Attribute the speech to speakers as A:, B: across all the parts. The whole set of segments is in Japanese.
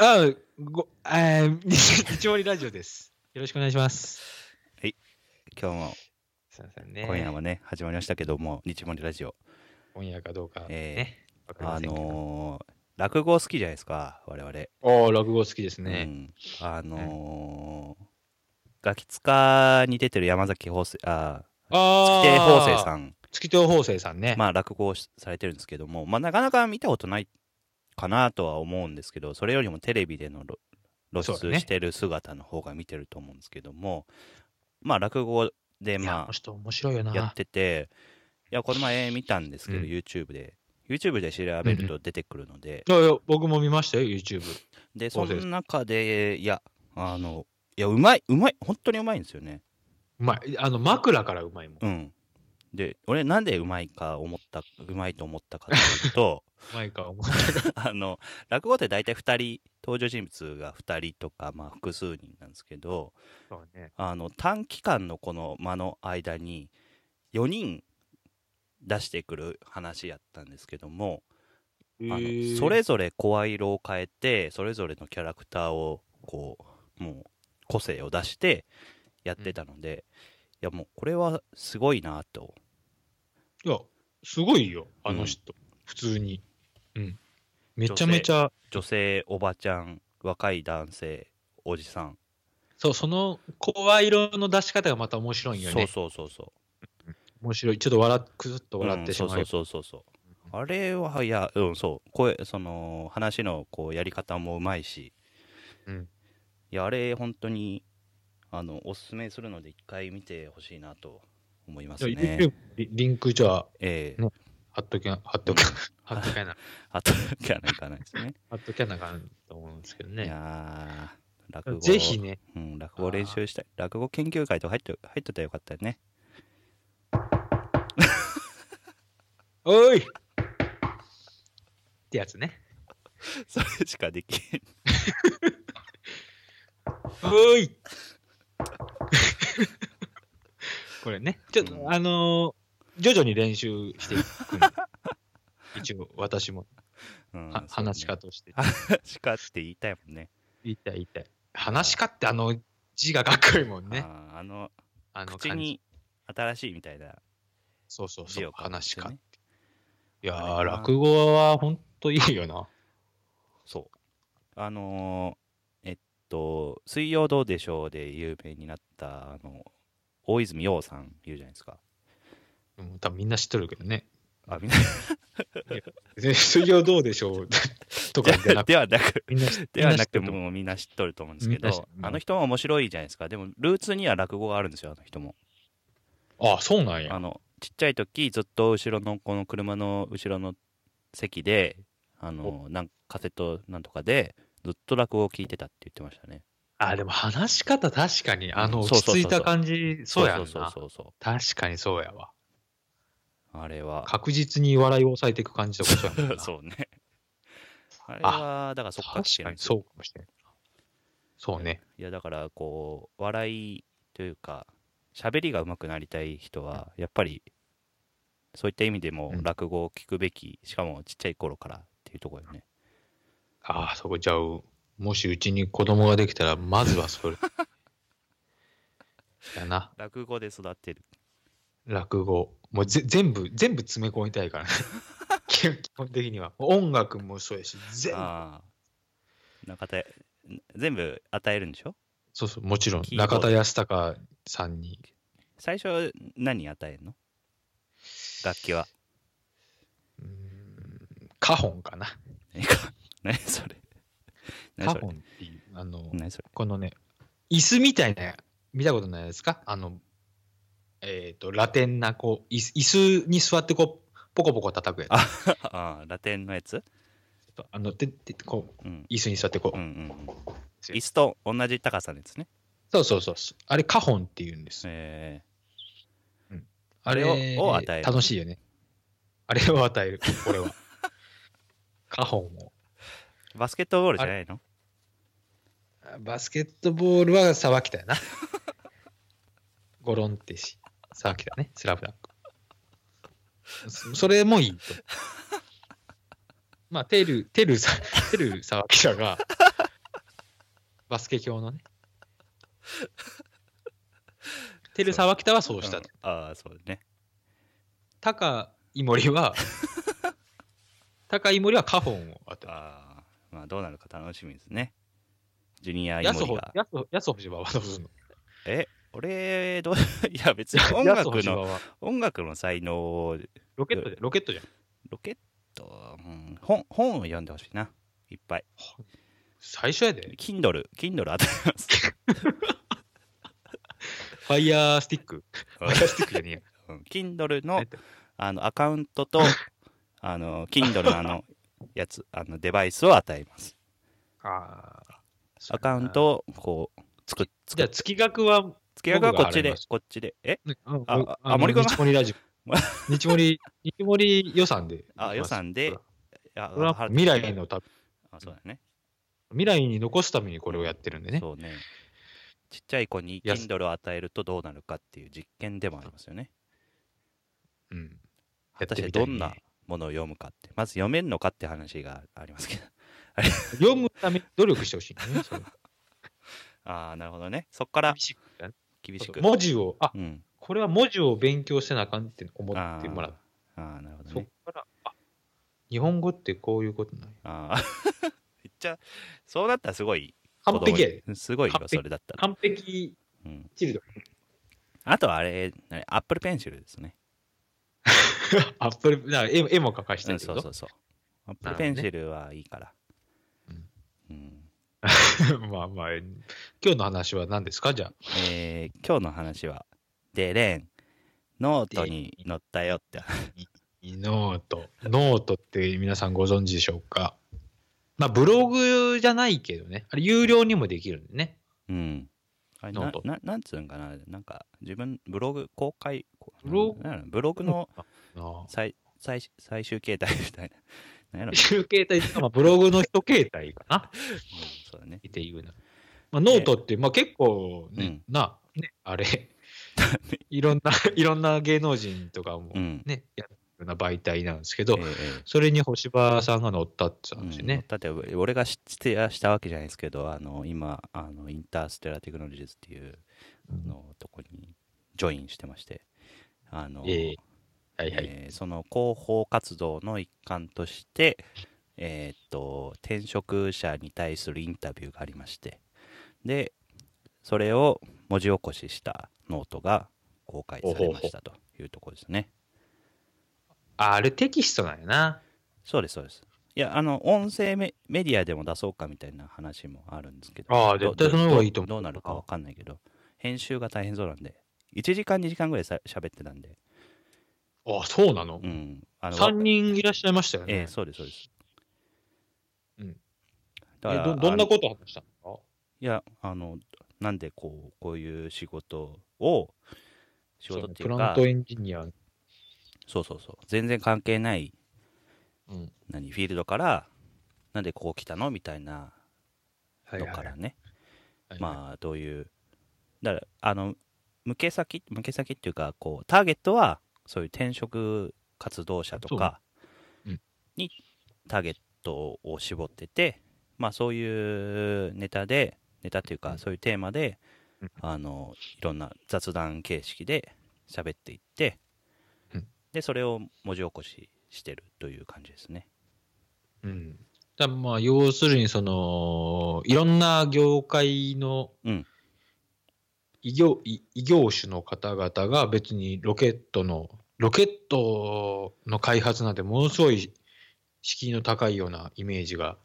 A: あごあ ー日曜日ラジオです。よろしくお願いします。
B: 今日も
A: すいませんね。
B: 今夜はね、始まりましたけども日盛りラジオ
A: 今夜かどうか、
B: えー
A: ね。わかり
B: あ
A: ませんけど
B: のー、落語好きじゃないですか我々
A: おー、落語好きです
B: う
A: ね。
B: ん、あのー、ガキ使に出てる山崎法政あ
A: ああ。
B: 月亭法政さ
A: ん。
B: ん
A: 月亭法政さんね。
B: まあ落語をしされてるんですけどもまあなかなか見たことないかなとは思うんですけどそれよりもテレビでのろ露
A: そうだ
B: 出
A: ね
B: してる姿の方が見てると思うんですけども、まあ落語
A: い
B: で
A: やあ
B: まあ
A: の人面白いよな。
B: やってて、いや、この前見たんですけど、
A: うん
B: YouTube で。YouTube で調べると出てくるので、
A: いやいや、僕も見ましたよ、YouTube。
B: で、
A: そ
B: そう
A: です
B: の中で、いや、あの、いや、うまい、うまい、本当にうまいんですよね。
A: うまい。あの、枕からうまいもん。う
B: うん。で、俺、なんでうまいか思った、うまいと思ったかとい うと、
A: まいか思う。
B: あの、落語って大体2人、登場人物が2人とか、まあ、複数人なんですけど、
A: そうね。
B: あの短期間のこの間の間に4人出してくる話やったんですけども、あのそれぞれ声色を変えてそれぞれのキャラクターをこうもう個性を出してやってたので、いやもうこれはすごいなと
A: いや、すごいよ、あの人。普通に。うん。めちゃめちゃ、
B: 女性おばちゃん若い男性おじさん、
A: そう、その声色の出し方がまた面白いよね。
B: そうそうそうそう
A: 面白い。ちょっと笑っ、くずっと笑ってしまう。
B: うんそうそうそうそうそうあれはいやうんそう声その話のこうやり方もうまいし
A: うん
B: いやあれ本当にあのおすすめするので一回見てほしいなと思います
A: じゃあ
B: ね
A: YouTube リリンクじゃあ
B: ええ
A: ね貼っときゃ貼っときゃ 貼っときゃな
B: あときゃないかないですね
A: 貼っときゃなあかんと思うんですけど
B: い
A: ね
B: やー落語
A: ぜひね
B: うん、落語練習したい落語研究会とか入って入ってたらよかったよね
A: おいってやつね
B: それしかできん
A: お いこれねちょっと、
B: うん
A: あのー徐々に練習していくん で一応私も、
B: うん
A: は話し
B: か
A: 家として
B: 話しかって言いたいもんね
A: 言いたい言いたい話し家ってあの字がかっこいいもんね
B: あーあの
A: あの
B: 口
A: 感じ
B: に新しいみたいな
A: そうそう
B: 字
A: そう
B: を書くんで
A: 話し
B: すよ
A: 家
B: ね
A: いや
B: あ
A: ー
B: れな
A: 落語はほんといいよな
B: そうあのーえっと「水曜どうでしょう」で有名になったあの大泉洋さんいるじゃないですか
A: うん多分みんな知っとるけど ね。
B: あみんな
A: で水曜どうでしょう とかじゃなく
B: ではなく
A: みんな知って
B: ではなくて
A: みん知っとると思う
B: もうみんな知っとると思うんですけ
A: みんな知っ
B: ど
A: て、る
B: あの人も面白いじゃないですか。でも、ルーツには落語があるんですよ、あの人も。
A: ああ、そうなん
B: あ
A: や。
B: の、ちっちゃい時、ずっと後ろの、この車の後ろの席で、あの、なんカセットなんとかで、ずっと落語を聞いてたって言ってましたね。
A: あ、でも話し方確かに、あの、
B: うん
A: 落
B: そう
A: ち
B: そうそうそう
A: 着いた感じ、そうやん
B: そう
A: な。
B: そうそう
A: 確かにそうやわ。
B: そう。あれは、
A: 確実に笑いを抑えていく感じとか そうやもんな。
B: そうね。あれは、だからそっから聞
A: 確
B: け
A: か
B: るん
A: に
B: ですよ
A: そうかもしれん。そうね。
B: いや、だから、こう、笑いというか、喋りが上手くなりたい人は、やっぱり、そういった意味でも
A: うん
B: 落語を聞くべき、しかもちっちゃい頃からっていうところよね。
A: ああ、そこじゃあ、もしうちに子供ができたら、まずはそ れ。やな。
B: 落語で育ってる。
A: 落語もうぜ全部全部詰め込みたい からね基本基本的には音楽もそうやし全部
B: ああ。中田、全部与えるんでしょ
A: そうそうもちろん
B: キーボード
A: 中田康隆さんに
B: 最初、何与えるの楽器は。
A: うーんカホンかな
B: 何か何それ。何
A: カ
B: それ
A: ホンっていうあの、
B: 何それ
A: このね椅子みたいな見たことないですかあのえっ、とラテンなこう椅子椅子に座ってこうポコポコ叩くやつ
B: あ
A: あ
B: ああ、ラテンのやつ
A: のででこう
B: うん。
A: 椅子に座ってこう、
B: うんうんうん。椅子と同じ高さのやつね。
A: そうそうそうそうあれカホンっていうんです
B: え
A: あ
B: れをを与える
A: 楽しいよね。あれを与える、俺 は。カホンを。
B: ー、バスケットボールじゃないの
A: バスケットボールはさばきだよな。ゴロンってし、さばきだね、スラブダンク。そそれもいいと。まあ、テル、テルさ、テル沢記者が、バスケ教のね。テル沢北はそうしたと。
B: ああ、そうね。
A: 高井森 は、高井森はカホンを当てた。
B: ああ、まあどうなるか楽しみですね。ジュニアイ
A: ヤス
B: モリ
A: ホ
B: が。
A: ヤスホヤスホシバはどうするの
B: え、俺、どう、 いや別に音
A: ヤスホ
B: 楽
A: シバ
B: の、
A: は
B: 音楽の才能を
A: ロケットじゃん、ロケットじゃん。
B: ロケット、うん、本、本を読んでほしいな。いっぱい。
A: 最初やで。
B: Kindle、Kindle 当たります。
A: ファイヤースティック。 フ
B: う
A: ァ
B: ん
A: イヤースティックじゃねえや。
B: うん Kindle
A: 何
B: の
A: やった
B: あのアカウン トと、あの、Kindle のあの、やつ、あの、デバイスを与えます。
A: ああ。
B: アカウントを、こう、作っ、
A: じ
B: 作
A: ゃあ、
B: っ、
A: 月額は、
B: 付け合うはこ
A: 僕
B: っ
A: が払
B: ち
A: い
B: で
A: ます、
B: こっちで。え
A: ね
B: あ
A: の
B: あ
A: あの
B: あ森君が
A: 日盛りラジ オ。日盛り、日盛り予算で。
B: あ、予算で、あ
A: これは
B: 払って
A: 未来のため
B: あ、そうだね。
A: 未来に残すためにこれをやってるんでね。
B: そうね。ちっちゃい子に
A: やす
B: Kindle を与えるとどうなるかっていう実験でもありますよね。
A: うん。
B: 果たして
A: やってみ
B: ど
A: たいね
B: んなものを読むかって、まず読めんのかって話がありますけど。
A: 読むために努力してほしいんだね。それ
B: ああ、なるほどね。そこから
A: 厳しくね
B: 厳し
A: そう
B: く。
A: 文字を、あ、
B: うん。
A: これは文字を勉強してなあかんって思
B: あ
A: ってもらう。
B: あー、なるほど
A: そ
B: ね
A: こ。から、あ、日本語ってこういうことなんや
B: ああ。 めっちゃ、そうなったらすごい。
A: 完璧やで。
B: 子供にすごいよ
A: 完、璧
B: それだったら。
A: 完璧
B: うん、
A: チル ド。
B: あとはあれ、アップルペンシルですね。
A: アップル、だから絵絵も描かしてる
B: うん、
A: けど、
B: そうそうそう。アップ
A: なる
B: ル
A: ほ
B: ペ
A: ど
B: ン
A: ね
B: シルはいいから。
A: うん
B: う ん、
A: まあまあ、今日の話は何ですかじゃあ。
B: えー今日の話は、デレン、ノートに載ったよって。
A: ノート。ノートって皆さんご存知でしょうかまあ、ブログじゃないけどね。あれ、有料にもできるんでね。
B: うん。あれ
A: ノ
B: な
A: ート
B: ななんつうんかな、なんか自分、ブログ公開、こう
A: ブログ
B: なんやろブログの
A: ああ
B: 最最最終形態みたいな。なんやろ、
A: 中形態、まあ、ブログの一 形態かな
B: うんそうだね。
A: っていうな。まあ、ノートって、まあ、結構ね、
B: うん
A: な、ね、あ れ、いろんな、 いろんな芸能人とかも
B: うん。
A: ね、やってるような媒体なんですけど、
B: えええ
A: それに星葉さんが乗ったって
B: え
A: 話
B: うん
A: ね。
B: だって俺が知ってやしたわけじゃないですけどあの今あのインターステラテクノロジーズっていうあのとこにジョインしてましてあの、
A: ええはいはい。
B: えーその広報活動の一環として、えーっと転職者に対するインタビューがありましてでそれを文字起こししたノートが公開されましたというところですね
A: ああれテキストなんやな。
B: そうですそうですいやあの音声メメディアでも出そうかみたいな話もあるんですけど
A: ああ
B: ど
A: 絶対その方がいいと思う
B: どどうなるかわかんないけど編集が大変そうなんで1時間2時間ぐらいさ喋ってたんで、
A: ああ、そうなの
B: うん、あの
A: ?3 人いらっしゃいましたよね。
B: ええそうですそうです。
A: うん
B: だから
A: えどどんなこと話したの
B: いやあのなんでこうこういう仕事を仕事って
A: プ
B: いう
A: ラン
B: か
A: トエンジニア。
B: そうそうそう全然関係ない
A: うん。
B: 何フィールドからなんでここ来たのみたいな
A: は
B: のからね、
A: はい
B: まあどういうだからあの向け先向け先っていうかこうターゲットはそういう転職活動者とか
A: そううん
B: にターゲットを絞ってて、まあそういうネタでネタっていう
A: う
B: か
A: ん
B: そういうテーマで、
A: うん
B: あのいろんな雑談形式で喋っていって、
A: うん
B: でそれを文字起こししてるという感じですね。
A: うん。だからまあ、要するに、その、いろんな業界の
B: うん
A: 異業、異異業種の方々が別にロケットの、ロケットの開発なんてものすごい敷居の高いようなイメージが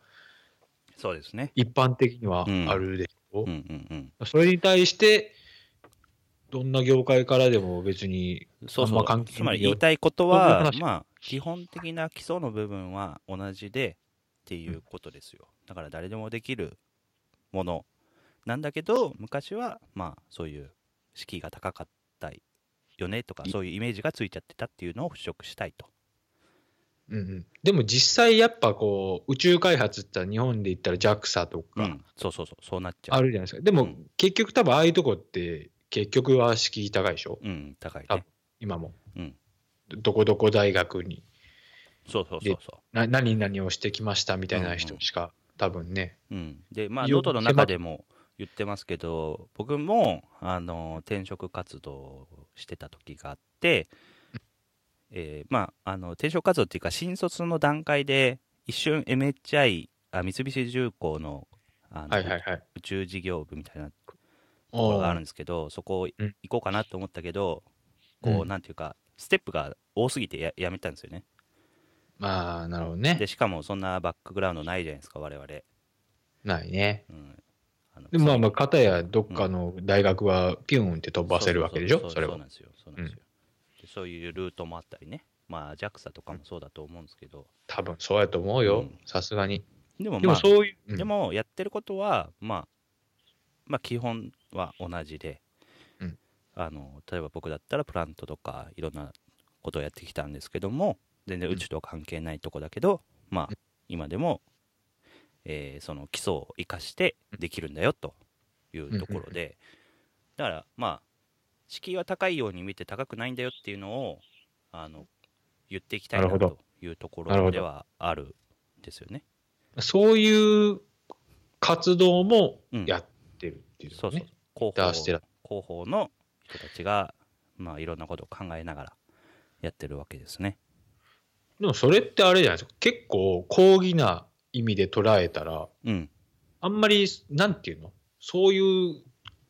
B: そうですね。
A: 一般的にはあるでしょ、
B: うんうんうん。
A: それに対して、どんな業界からでも別に、
B: そう
A: あん
B: そう
A: ま関係ないよ
B: つまり言いたいこと
A: そう
B: は
A: いう話
B: まあ基本的な基礎の部分は同じでっていうことですよ、だから誰でもできるものなんだけど昔はまあそういう敷居が高かったよねとか
A: い
B: そういうイメージがついちゃってたっていうのを払拭したいと
A: うんうん、でも実際やっぱこう、宇宙開発って言ったら日本で言ったら JAXA と
B: か、
A: か
B: そうそうそうそうなっちゃう
A: あるじゃないですか。で
B: う
A: も
B: ん
A: 結局多分ああいうとこって結局は敷居高いでしょ
B: うん高い
A: あ
B: ね
A: 今も。
B: うん
A: どこどこ大学に
B: そうそうそうそ
A: な何々をしてきましたみたいな人しか、多分ね。
B: う。うん、で、まあ、
A: よ
B: ノートの中でも言ってますけど、僕も、あの、転職活動をしてた時があって、えーまあ、あの、転職活動っていうか、新卒の段階で、一瞬 MHI、あ三菱重工の、あの
A: はいはいはい。
B: 宇宙事業部みたいなところ
A: お
B: がある
A: ー
B: んですけど、そこ
A: うん
B: 行こうかなと思ったけど、こ
A: う
B: う、
A: ん
B: なんていうか、ステップが多すぎてややめたんですよね。
A: まあ、なるほどね
B: で、。しかもそんなバックグラウンドないじゃないですか、我々。
A: ないね。
B: うん。あの
A: でまあまあ、片やどっかの大学はピューンって飛ばせるわけでしょ、それ
B: そう
A: は
B: な。んですよ。そうなんですよ。でそういうルートもあったりね。まあ、JAXA とかもそうだと思うんですけど。
A: 多分そうやと思う
B: う
A: よ
B: ん、
A: さすがに。
B: でも、
A: で
B: ま
A: も
B: あ、
A: そういう、うん
B: でもやってることは、まあ、まあ、基本は同じで、
A: うん
B: あの、例えば僕だったらプラントとかいろんなことをやってきたんですけども、全然
A: うん
B: 宇宙とは関係ないとこだけど、ま
A: う
B: あ、今でも、えーその基礎を生かしてできるんだよというところで、だから、まあ、敷居は高いように見て高くないんだよっていうのを、あの、言っていきたい
A: な
B: な
A: るほど
B: というとこ
A: なる
B: ろ
A: ほ
B: で
A: ど
B: はあるんですよね。
A: そういう活動も
B: うん
A: やってるっていう、ね
B: そうそう広
A: 出して
B: 報
A: ら
B: 広報の人たちが、まあ、いろんなことを考えながらやってるわけですね。
A: でもそれってあれじゃないですか、結構広義な意味で捉えたら、
B: うん、
A: あんまり、なんていうの、そういう、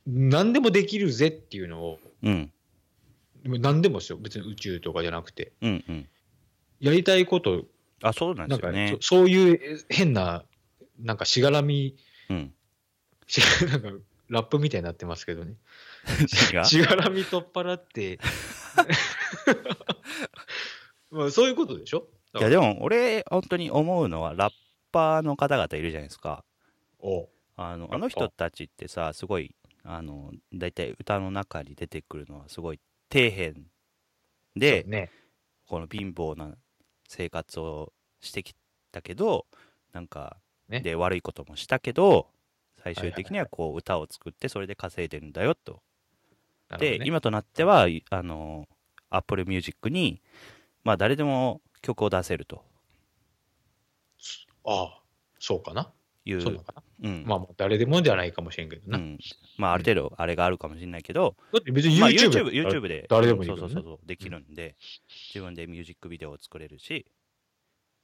A: 何でもできるぜっていうのを、
B: うん、
A: 何でもですよ、別に宇宙とかじゃなくて、
B: うん、うん。
A: やりたいこと、
B: あ、そうなん
A: な
B: で
A: ん
B: すよ
A: か、
B: ね。
A: そそういう変な、なんかしがらみ、
B: うん。
A: しなんかラップみたいになってますけどね。
B: 違う
A: しがらみ取っ払って、 まあ、そういうことでしょ
B: いや、でも、俺、本当に思うのは、ラッパーの方々いるじゃないですか。
A: おう
B: あの
A: パー
B: あの人たちってさ、すごい、あの、大体歌の中に出てくるのは、すごい底辺で、
A: そうね、
B: この貧乏な生活をしてきたけどなんか、
A: ね
B: で悪いこともしたけど最終的
A: はい
B: にはこう歌を作ってそれで稼いでるんだよと。
A: なるほどね
B: で、今となってはいあの Apple Music にまあ誰でも曲を出せると
A: ああ、そうかな。
B: い
A: そうなの
B: う
A: かな。
B: うん
A: まあ、誰でもじゃないかもしれんけど
B: う
A: な。
B: んまあある程度あれがあるかもしれないけど
A: だって別に YouTube,、
B: まあ YouTube, YouTube で
A: 誰でもいい
B: そ
A: け
B: う
A: ど
B: そ
A: ね
B: うそうそうできるんで、自分でミュージックビデオを作れるし、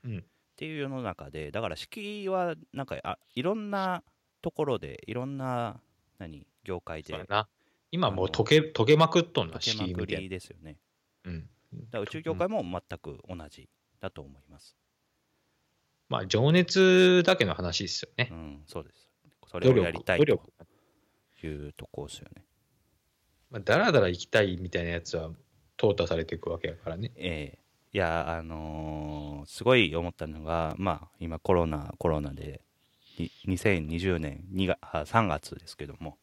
A: うん
B: っていう世の中でだから敷居はなんかあいろんなところでいろんな何業界で
A: そうや
B: 解
A: な。今もう溶け溶けまくっとんな、
B: けま
A: 敷居
B: く
A: みたい
B: りですよね
A: な。うん。
B: だから宇宙業界も全く同じだと思います
A: まあ、情熱だけの話ですよね
B: う。んそうですそれ
A: 努
B: を
A: 力
B: やりたい
A: 努力
B: と。いうとこですよね
A: まあ、だらだら行きたいみたいなやつは、淘汰されていくわけやからね。
B: ええいやあのーすごい思ったのがまあ今コロナコロナでに2020年2月あ3月ですけども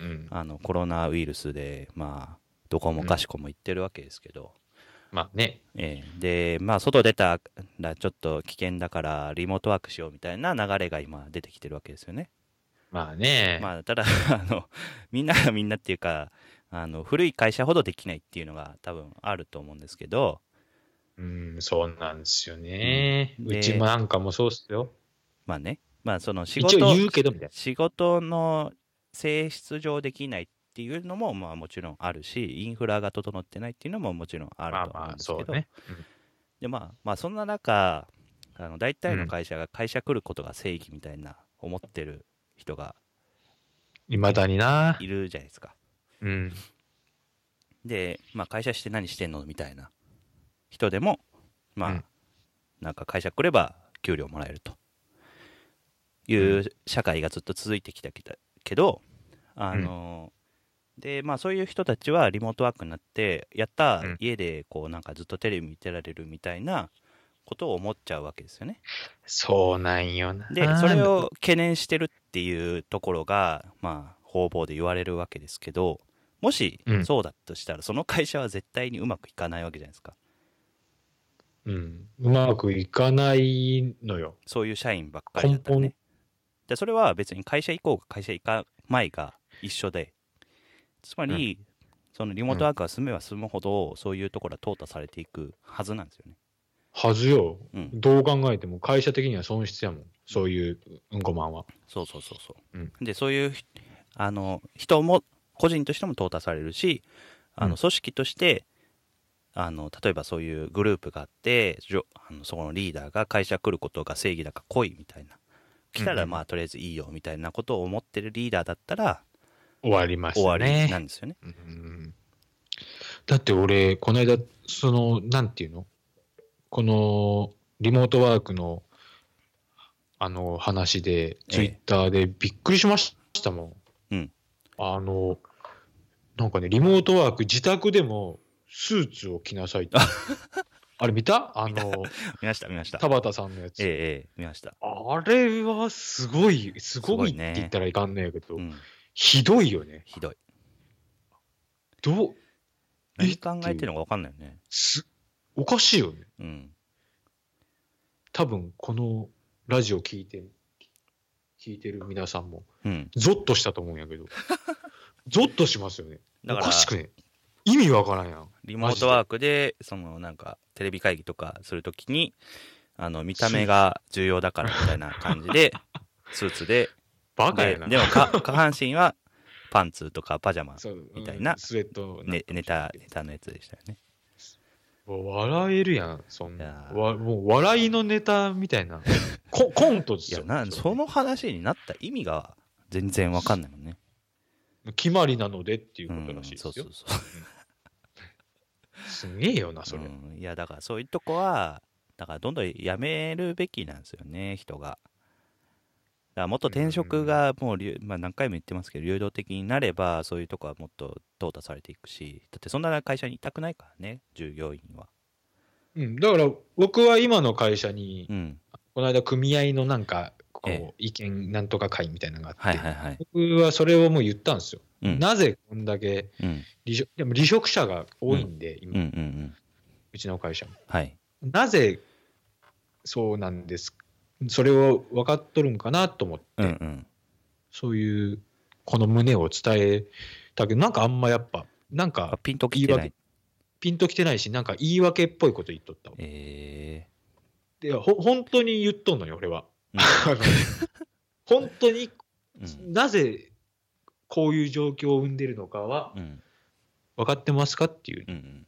A: うん。
B: あのコロナウイルスでまあどこもかしこも言ってるわけですけど、
A: まあね。
B: ええでまあ外出たらちょっと危険だからリモートワークしようみたいな流れが今出てきてるわけですよね。
A: まあね。
B: まあただ あのみんながみんなっていうかあの古い会社ほどできないっていうのが多分あると思うんですけど、
A: うん、そうなんですよね。
B: うん
A: う
B: で
A: ちもなんかもそうっすよ。
B: まあね、まあその仕
A: 一応
B: 事
A: 言うけどみたいな
B: 仕事の性質上できないっていうのもまあもちろんあるし、インフラが整ってないっていうのももちろんあ
A: まあ
B: ると思うん
A: まあ、
B: ですけど、
A: そうね。
B: でまあまあそんな中、あの大体の会社が会社来ることが正義みたいな思ってる人が。
A: いまだにない
B: るじゃないですか。
A: うん。
B: で、まあ会社して何してんのみたいな人でも、まあ、
A: うん
B: なんか会社来れば給料もらえるという社会がずっと続いてきたけどけど、あのーで、まあそういう人たちはリモートワークになって、やった
A: うん
B: 家でこうなんかずっとテレビ見てられるみたいなことを思っちゃうわけですよね。
A: そうなんよな。
B: で、それを懸念してるっていうところが、まあ、方々で言われるわけですけど、もし
A: うん
B: そうだとしたら、その会社は絶対にうまくいかないわけじゃないですか。
A: うん、うまくいかないのよ。
B: そういう社員ばっかりだったら
A: 根
B: ね
A: 本。
B: で、それは別に会社行こうが会社行かないが一緒で、つまり、そのリモートワークが進めば進むほど、そういうところは淘汰されていくはずなんですよね。
A: はずよ。
B: うん、
A: どう考えても会社的には損失やもん。そういううんこマンは。
B: そうそうそうそう。
A: うん
B: で、そういうひあの人も、個人としても淘汰されるし、あ
A: う
B: の
A: ん
B: 組織として、あの例えばそういうグループがあって、じょあのそこのリーダーが会社来ることが正義だから来いみたいな。来た
A: うんう
B: ら、
A: ん
B: まあ、とりあえずいいよみたいなことを思ってるリーダーだったら、
A: 終わりました
B: 終
A: ね。
B: わりなんですよね。
A: うんだって俺、この間、その、なんていうのこの、リモートワークの、あの、話で、
B: え
A: ツイッターでびっくりしましたもん。
B: うん
A: あの、なんかね、リモートワーク、自宅でも、スーツを着な さいって。あれ見たあの、
B: 見ました、見ました。
A: 田畑さんのやつ。
B: ええええ、見ました。
A: あれはすごい、すごい
B: すごい
A: っ
B: ね
A: て言ったらいかんないけど、
B: うん、
A: ひどいよね。
B: ひどい。
A: どう、え
B: 何考えてるのか分かんないよね。
A: す、おかしいよね。
B: うん。
A: 多分このラジオ聞いて聞いてる皆さんも
B: うん。
A: ゾッとしたと思うんやけ どゾッとしますよね
B: だ
A: お
B: から
A: かしくね意味わからんやん
B: リモートワークで、そのなんか、テレビ会議とかするときに、あの、見た目が重要だからみたいな感じ で、スーツで、
A: バカ
B: で
A: やな
B: でもか下半身はパンツとかパジャマ、
A: そう
B: みたいな
A: うんスウェットな
B: ね、ネタ、ネタのやつでしたよね。
A: もう笑えるやんそん
B: い
A: な
B: やー
A: わもう笑いのネタみたいなココントで
B: い
A: す
B: や、
A: よ
B: な、その話になった意味が全然わかんないもんね。
A: 決まりなのでっていうことらしいです
B: そ
A: よ
B: う、そうそう。
A: すげえよなそれ、
B: うん、いや、だからそういうとこは、だからどんどんやめるべきなんですよね、人が。だからもっと転職がもう流、まあ、何回も言ってますけど、流動的になれば、そういうとこはもっと淘汰されていくし、だってそんな会社にいたくないからね、従業員は。
A: うん、だから僕は今の会社に、
B: うん。
A: この間組合のなんかこう、
B: え
A: 意見なんとか会みたいなのがあって、
B: はいはいはい。
A: 僕はそれをもう言ったんですよ。
B: うん。
A: なぜこんだけ
B: うん。
A: 離職、でも離職者が多いんで、
B: うんう
A: 今、
B: んうん。
A: うちの会社も。
B: はい。
A: なぜそうなんですそれを分かっとるんかなと思って、
B: うんうん。
A: そういうこの胸を伝えたけど、なんかあんまやっぱ、なん
B: あ
A: か
B: ピンときてない。
A: ピンときてないし、なんか言い訳っぽいこと言っとったわ。
B: え
A: で、ほ本当に言っとんのよ、俺は。
B: うん
A: あの 本当に
B: えー。
A: なぜこういう状況を生んでるのかは
B: うん。うん。
A: 分かってますかっていう
B: うんうん。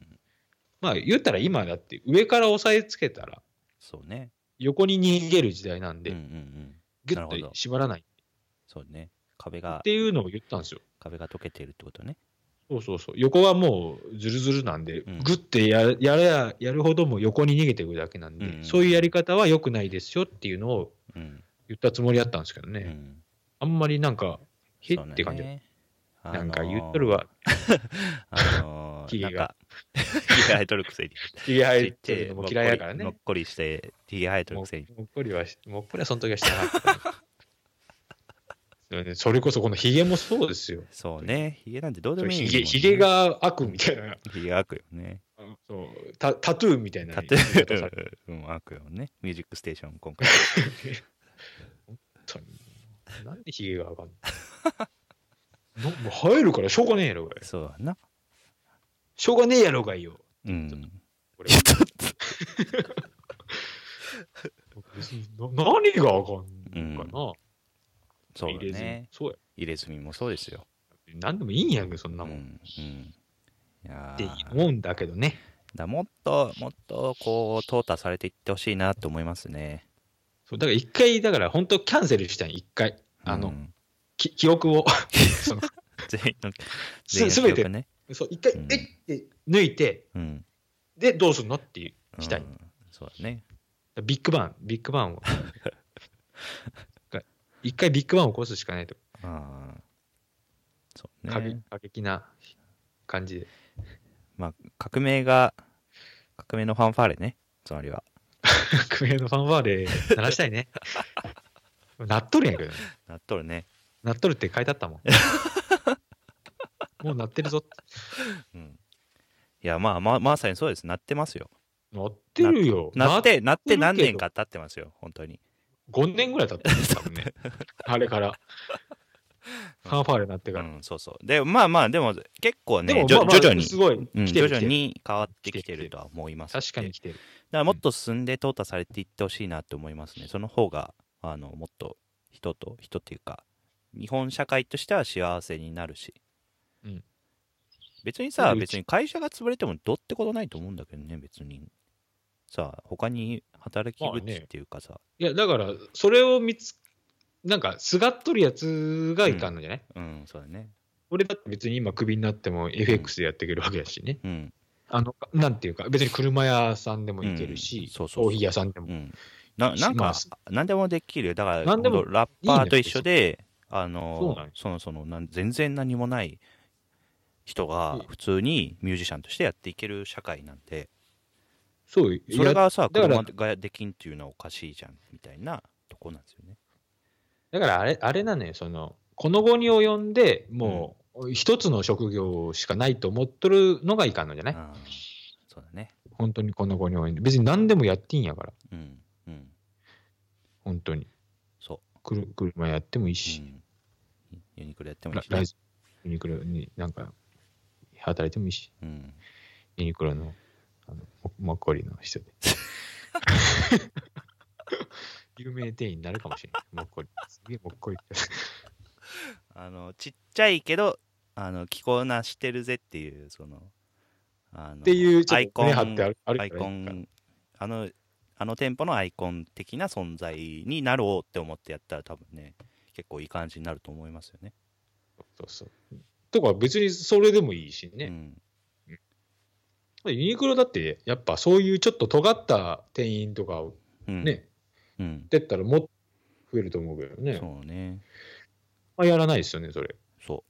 A: まあ言ったら今だって上から押さえつけたら
B: そうね。
A: 横に逃げる時代なんで、
B: うんうんうん。
A: ギュ
B: なるほ
A: ッ
B: ど
A: と縛らない
B: そうね。壁
A: っ
B: が
A: て、いうのを言ったんですよ。
B: 壁が溶けているってことね。
A: そうそうそう。横はもうズルズルなんで、
B: うん
A: グッてややれややるほどもう横に逃げていくだけなんで、
B: うんうん
A: そういうやり方は良くないですよっていうのを
B: うん。
A: 言ったつもりだったんですけどね。
B: うん。
A: あんまりなんか、へっ
B: そうね
A: て感じ。
B: あのー
A: なんか言っとる。わ。
B: あのー、
A: ヒゲが
B: なんか。ヒゲ生えとるくせに。
A: ひげ入ってるのも嫌い
B: や
A: やから
B: もっ
A: ね。
B: こりして、ヒゲ生えとる
A: も
B: くせに。
A: うもっこりはし、もっこりはその時はしてなかったから。そう ねそれこそこのひげもそうですよ。
B: そうね。ヒゲなんてどうでもいいも
A: ひ
B: んね、
A: げひげが悪みたいな、
B: ヒゲが悪よね。
A: そうタタトゥーみたいな
B: た
A: 言い
B: て
A: 方されて、
B: うん、悪よね。ミュージックステーション、今回。
A: なんでひげがあかんの なもう生えるからしょうがねえやろ がい。
B: そうだな。
A: しょうがねえやろがいよ。
B: うん。
A: ちょっこれ
B: いやちょっ
A: 別にな何があかんのかな、
B: とそう
A: 入れ
B: だ
A: ずに
B: ね。
A: そうや。
B: 入れ墨もそうですよ。
A: 何でもいいんやけど、そん
B: う
A: なもん。っ
B: ん。うん。いや
A: て
B: ー
A: 思うんだけどね。
B: だもっと、もっと、こう、淘汰されていってほしいなと思いますね。
A: そうだから一回、だから本当キャンセルしたい、一回。あの、
B: うん
A: き記憶を。その
B: 全員の、全員
A: すす
B: の
A: べ
B: 記
A: て、
B: 憶ね。
A: そう、一回、
B: うん
A: えって抜いて、
B: うん。
A: で、どうすんのっていう。したい
B: うんそうだね。
A: ビッグバン、ビッグバンを。 一回ビッグバンを起こすしかないと。
B: ああ。そう
A: 過激
B: ね。
A: 過激な感じで。
B: 革命が、革命のファンファーレね。つまりは。
A: 革命のファンファーレ鳴らしたいね。 なっとるんやけどね。
B: なっとるね。
A: なっとるって書いてあったも ん。もうなってるぞって。
B: うん。いや、まあ、まあ、まさにそうです。なってますよ。
A: なってるよ。
B: なって、なっ
A: け
B: て
A: ど
B: 何年か経ってますよ。本当に。
A: 5年ぐらい経ったんですね。あれから。
B: ま
A: ファンファーレになってから。
B: うん、そうそう。で、まあまあ、でも結構ね、
A: でも、
B: じょ
A: まあまあ
B: 徐々に、
A: すごい、
B: うん
A: 来てる
B: 徐々。
A: 来てる
B: に変わってきてるとは思います。
A: 確かに
B: だ
A: 来てる。
B: からもっと進んで淘汰されていってほしいなって思いますね。その方が、あの、もっと人と、人っていうか、日本社会としては幸せになるし。
A: うん
B: 別に
A: な
B: さ、
A: んでうち
B: 別に会社が潰れてもどうってことないと思うんだけどね、別に。さあ、他に働き
A: まあ
B: 口
A: ね
B: っていうかさ、
A: いや、だから、それを見つ、なんか、すがっとるやつがいかんのじゃない、
B: うん、そうだね。
A: 俺だって別に今クビになっても FX でやっていけるわけだしね。
B: うん。
A: あの、なんていうか、別に車屋さんでも行ける
B: うん
A: し、
B: そうそうそう
A: コーヒー屋さんでも。
B: うん、ななん
A: ま
B: か
A: あ、
B: 何でもできる。だから、
A: 何でも
B: ほんとラッパーと一緒で、あ
A: そう
B: の
A: なんよ
B: そのそのなん全然何もない人が
A: うん
B: 普通にミュージシャンとしてやっていける社会なんで、
A: そう、
B: それ
A: いや
B: がさ、
A: だから
B: 車ができんっていうのはおかしいじゃんみたいなとこなんですよね。
A: だからあれ、あれなのよ、その、この後に及んで、もう、一つの職業しかないと思っとるのがいかんのじゃない、
B: うんそうだね。
A: 本当にこの後に及んで。別に何でもやっていいんやから、
B: うん。うん。
A: 本当に。
B: そ。
A: くる車やってもいいう
B: う
A: し、
B: ん、ユニクロやってもいい
A: ラ
B: しね、
A: ライズ、ユニクロになんか、働いてもいいし、
B: うん。
A: ユニクロの、あの、マッコリの人 で。有名店員になるかもしれない。もっこり。すげえもっこり。
B: あの、ちっちゃいけど、あの、着こなしてるぜっていう、その、あの
A: っていう、ち
B: ア
A: ょっ
B: イ
A: と
B: コン
A: 胸張って歩歩い
B: ア
A: たらい
B: イ
A: いか
B: コン、あの、あの店舗のアイコン的な存在になろうって思ってやったら多分ね、結構いい感じになると思いますよね。
A: そうそう。とか別にそれでもいいし
B: う
A: ね。
B: ん、
A: ユニクロだってやっぱそういうちょっと尖った店員とかを
B: うん、
A: ね、
B: うん、
A: 出ったらもっと増えると思うけどね。
B: そうね、
A: まあやらないですよね、それ。
B: そ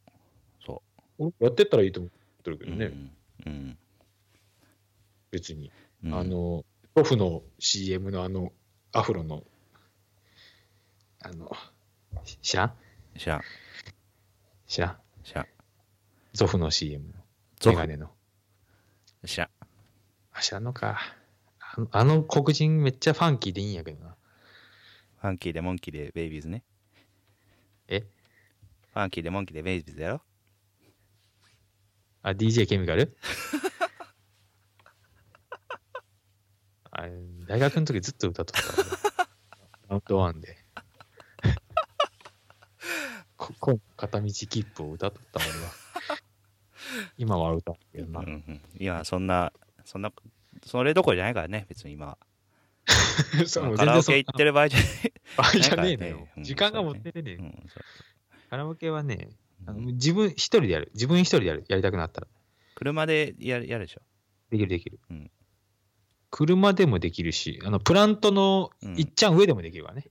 A: 俺やってったらいいと思ってるけ
B: う、
A: どね、
B: うん、うん、
A: 別に。
B: うん
A: あ、の、オフの CM のあの、アフロの、あの、し知らん
B: しゃ、
A: 知らん
B: しゃ、
A: ゾフの CM の。
B: ゾ
A: メ
B: フ
A: ガネの。
B: しゃ、
A: あ、知らんのか。あのあの黒人めっちゃファンキーでいいんやけどな。
B: ファンキーでモンキーでベイビーズね。
A: え
B: ファンキーでモンキーでベイビーズだよ。
A: あ、DJ ケミカ ルあれ、大学の時ずっと歌っとった俺。ラウンドワン で。ここ片道切符を歌っとった俺は。今は歌うけど
B: うんう
A: な。
B: ん、今、そんな、そんな、それどころじゃないからね、別に今は。
A: そう
B: ま
A: も
B: あ
A: う全
B: カラオ
A: 然そ
B: ケ
A: ん
B: 行ってる場 合じゃない。
A: な場合じゃねえの
B: なん
A: よ
B: か。ねうん
A: 時間がもってねえね
B: う
A: え。
B: んそう
A: カラオケはね、あの
B: うん
A: 自分一人でやる。自分一人でやる。やりたくなったら。
B: 車でやるやるでしょ。
A: できるできる。
B: うん
A: 車でもできるし、あのプラントの
B: うん
A: いっちゃん上でもできるから ね。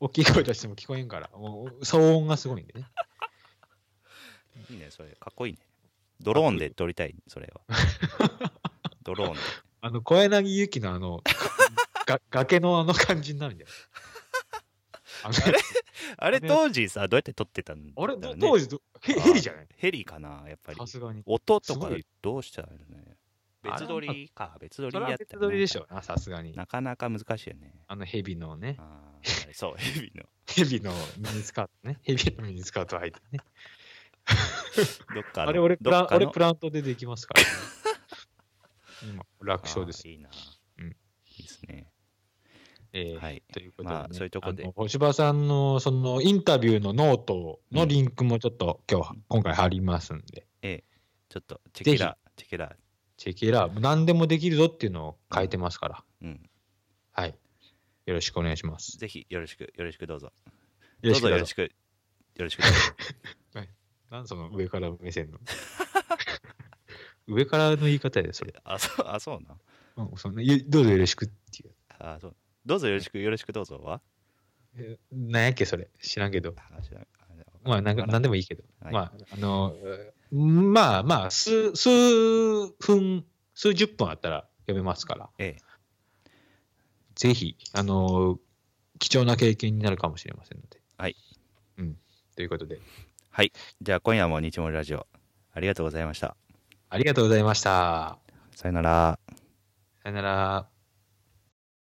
A: 大きい声出しても聞こえんから、もう騒音がすごいんでね。
B: いいね、それ。かっこいいね。ドローンで撮りたい、それは。ドローンで。
A: あの小柳ゆきのあの が崖のあの感じになるんじゃないあれ
B: あれ、
A: あれ
B: 当時さ、どうやって撮ってたんだ
A: あ
B: ろ
A: れ
B: う、ね、
A: 当時どヘ、ヘリじゃない
B: ヘリかな、やっぱり
A: さ。すがに。
B: 音とか
A: すごい
B: どうしたらいいのね。別撮りか、別撮
A: そ
B: りや
A: れ
B: った
A: は別
B: ら、
A: 撮りでしょうな、さすがに。
B: なかなか難しいよね。
A: あのヘビのね、
B: あ ーそう、ヘビの。
A: ヘビのミニスカート ね、ヘビのミニスカート履いてね。
B: どっかの
A: あれ俺プ
B: ど
A: ラ
B: っ
A: ン、
B: か
A: 俺
B: の
A: プラントでできますから、 ね。今、楽勝です
B: あ。ーいいな。
A: うん
B: いいですね。
A: えー
B: はい。
A: ということで、ね
B: まあそういうとこで
A: あの星葉さんのそのインタビューのノートのリンクもちょっと今日、今回貼りますんで、
B: ちょっと、チェケラ、チェケラ。
A: チェケラ、何でもできるぞっていうのを変えてますから、
B: うん。
A: はい。よろしくお願いします。
B: ぜひよろしく、よろしくどうぞ。
A: よろしくど
B: どうぞよ
A: う
B: ろ
A: ぞ
B: しく。よろしくどうぞ。
A: なんその上から目線の。 上からの言い方やで、それ。
B: あ、そう、あ、そうな。
A: うんそんなゆどうぞよろしくっていう。
B: あ、そう。どうぞよろしく、よろしくどうぞは。
A: えなんやっけ、それ。知らんけど。
B: あ知らんあ
A: まあ、なんか、なんでもいいけど。
B: はい
A: まあ、あの、うんまあまあ、数、数分、数十分あったら読めますから。
B: ええ、
A: ぜひ、あの貴重な経験になるかもしれませんので。
B: はい。
A: うん。ということで、
B: じゃあ今夜も日森ラジオありがとうございました
A: ありがとうございました。
B: さよなら
A: さよなら。